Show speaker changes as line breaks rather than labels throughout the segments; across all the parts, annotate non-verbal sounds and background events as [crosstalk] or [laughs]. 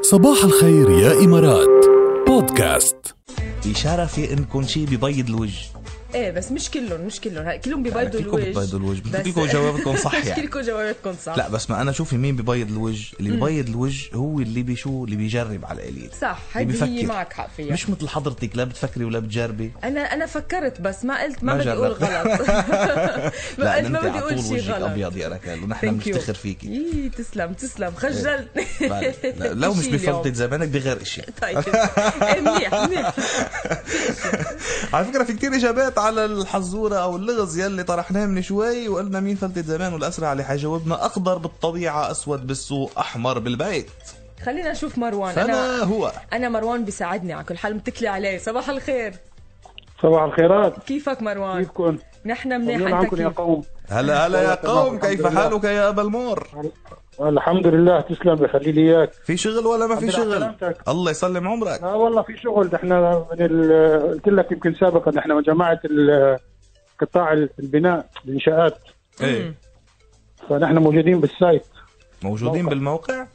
صباح الخير يا إمارات بودكاست
إشارة في إنكم شيء بيبيض الوجه
ايه بس مش كلهم مش كلهم هاي كلهم بيبيضوا
كلكم
الوجه
بتبيضوا الوجه بس كلكم جوابكم صح
[laughs] بس
يعني
كلكم جوابكم صح
لا بس ما انا شوفي مين بيبيض الوجه اللي بيبيض الوجه هو اللي بيشو اللي بيجرب على القليل
صح
اللي
هيدي هي
بيفكر.
معك حق فيها
مش مثل حضرتك لا بتفكري ولا بتجربي
انا انا فكرت بس ما قلت ما,
ما
بدي اقول
جربت. [laughs]
غلط [laughs] ما
لا
قلت ما
ننتهي
بدي
على
اقول
طول
شيء
وجهك
غلط
ابيض يا ركال ونحن
Thank you.
بنفتخر فيكي إيه.
يي تسلم تسلم خجلتني
[laughs] بعد- لا، لو مش
شي اليوم.
بفضل زمانك بغير شيء
[laughs] طيب [laughs] إيه، منيح منيح
[laughs] على فكره في كتير اجابات على الحزوره او اللغز يلي طرحناه من شوي وقلنا مين فلتة زمان والاسرع اللي حيجاوبنا اخضر بالطبيعه اسود بالسوق احمر بالبيت
خلينا نشوف مروان
فما
انا
هو
انا مروان بيساعدني على كل حال متكلة عليه صباح الخير
صباح الخيرات
كيفك مروان
كيفكم؟
نحن
طمنونا
منيح انت
عنكم يا
كيف
قوم
هلا هلا يا
والله تمام،
قوم كيف
الحمد لله.
حالك يا ابا المور
الحمد لله تسلم بخلي لي اياك
في شغل ولا ما في
عبد الله
شغل
سلامتك.
الله يسلم عمرك
لا والله في شغل ده احنا من ال- قلت لك يمكن سابقا احنا من جماعه ال- قطاع البناء الانشاءات
إيه.
ايه
فنحن موجودين بالسايت
موجودين بالموقع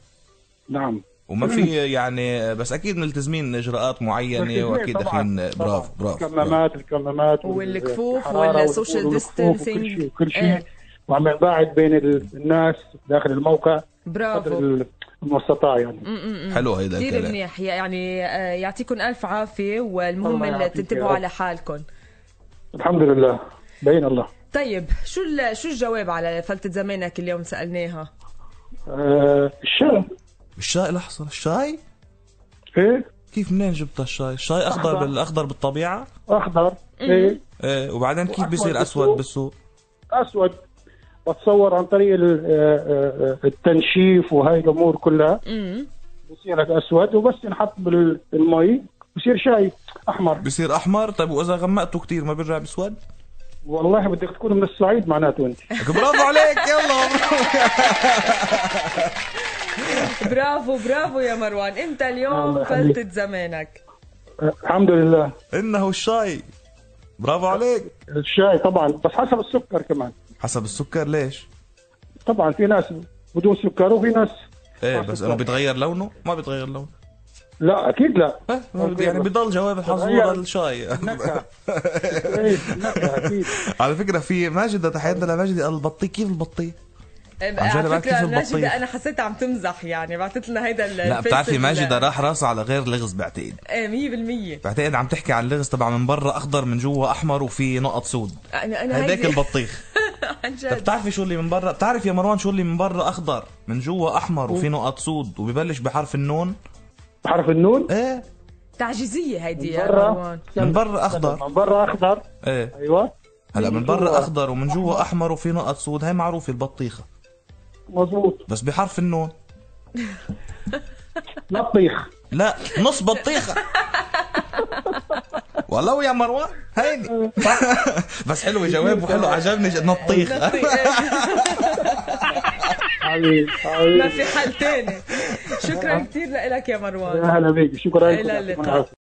نعم
وما في يعني بس اكيد ملتزمين اجراءات معينه واكيد
طبعاً،
احنا
طبعاً.
يعني برافو برافو برافو.
الكمامات الكمامات
والكفوف
والحرارة
والسوشيال
والكفوف وكل
ديستانسينج.
شيء- وكل
إيه.
شيء وعم نباعد بين ال- الناس داخل الموقع قدر
برافو
ال- المستطاع يعني
حلو هيدا
كثير
الكلام
منيح يعني آه، يعطيكم الف عافيه والمهم
الله
إن
يعافيك يا
تنتبهوا
رب.
على حالكم
الحمد لله بين الله
طيب شو ال- شو الجواب على فلتة زمانك اليوم سالناها
آه، الشارع
الشاي لحظه الشاي
ايه
كيف منين جبت الشاي الشاي اخضر
أخضر.
بالاخضر بالطبيعه
اخضر ايه
ايه وبعدين كيف
وأحمر
بيصير اسود
بالسوق.
بالسوق
اسود بتصور عن طريق ال- آه، آه، آه، التنشيف وهاي الامور كلها
امم
بصير لك اسود وبس ينحط بالمي بصير شاي احمر
بيصير احمر طيب واذا غمقته كتير ما بيرجع بيسود
والله بدك تكون من الصعيد معناته انت
لك برافو عليك يلا [laughs] برافو.
برافو برافو يا مروان انت اليوم
الله يخليك.
فلتة زمانك
آه، الحمد لله
انه الشاي برافو عليك
الشاي طبعا بس حسب السكر كمان
حسب السكر ليش
طبعا في ناس بدون سكر وفي ناس
ايه
مع
بس
سكر.
انه بيتغير لونه ما بيتغير لونه
لا اكيد لا
ها؟ ما بدي- يعني بضل جواب الحظور
تغير.
الشاي [laughs]
نكهه إيه، نكهه اكيد
على فكره في ماجد تحياتنا لماجد البطيخ كيف البطيخ جد
آه، على
بعد كيف
فكره
البطيخ.
ماجدة انا حسيت عم تمزح يعني بعثت لنا هيدا ال-
لا
الفيس
بتعرفي
ال-
ماجدة راح راسها على غير لغز بعتقد
ايه 100%
بعتقد عم تحكي عن لغز تبع من برا اخضر من جوا احمر وفي نقط سود
انا انا
هذاك
هيدي-
البطيخ
عن
طب
جد
بتعرفي شو اللي من برا بتعرف يا مروان شو اللي من برا اخضر من جوا احمر وفي نقط سود وبيبلش بحرف النون
حرف النون
ايه
تعجيزيه هيدي يا
برا
مروان
من برا اخضر
من برا اخضر
ايه
ايوه
هلا من برا
جوا.
اخضر ومن جوا احمر وفي نقط سود هي معروفه البطيخه
مظبوط
بس بحرف النون
لطيخ
لا نص بطيخه والله يا مروان هيني بس حلو جوابه حلو عجبني ج- نطيخه
حبيبي
ما
حبيبي
في حل تاني شكرا كثير لك يا مروان
اهلا بك شكرا
إلى اللقاء.
لكم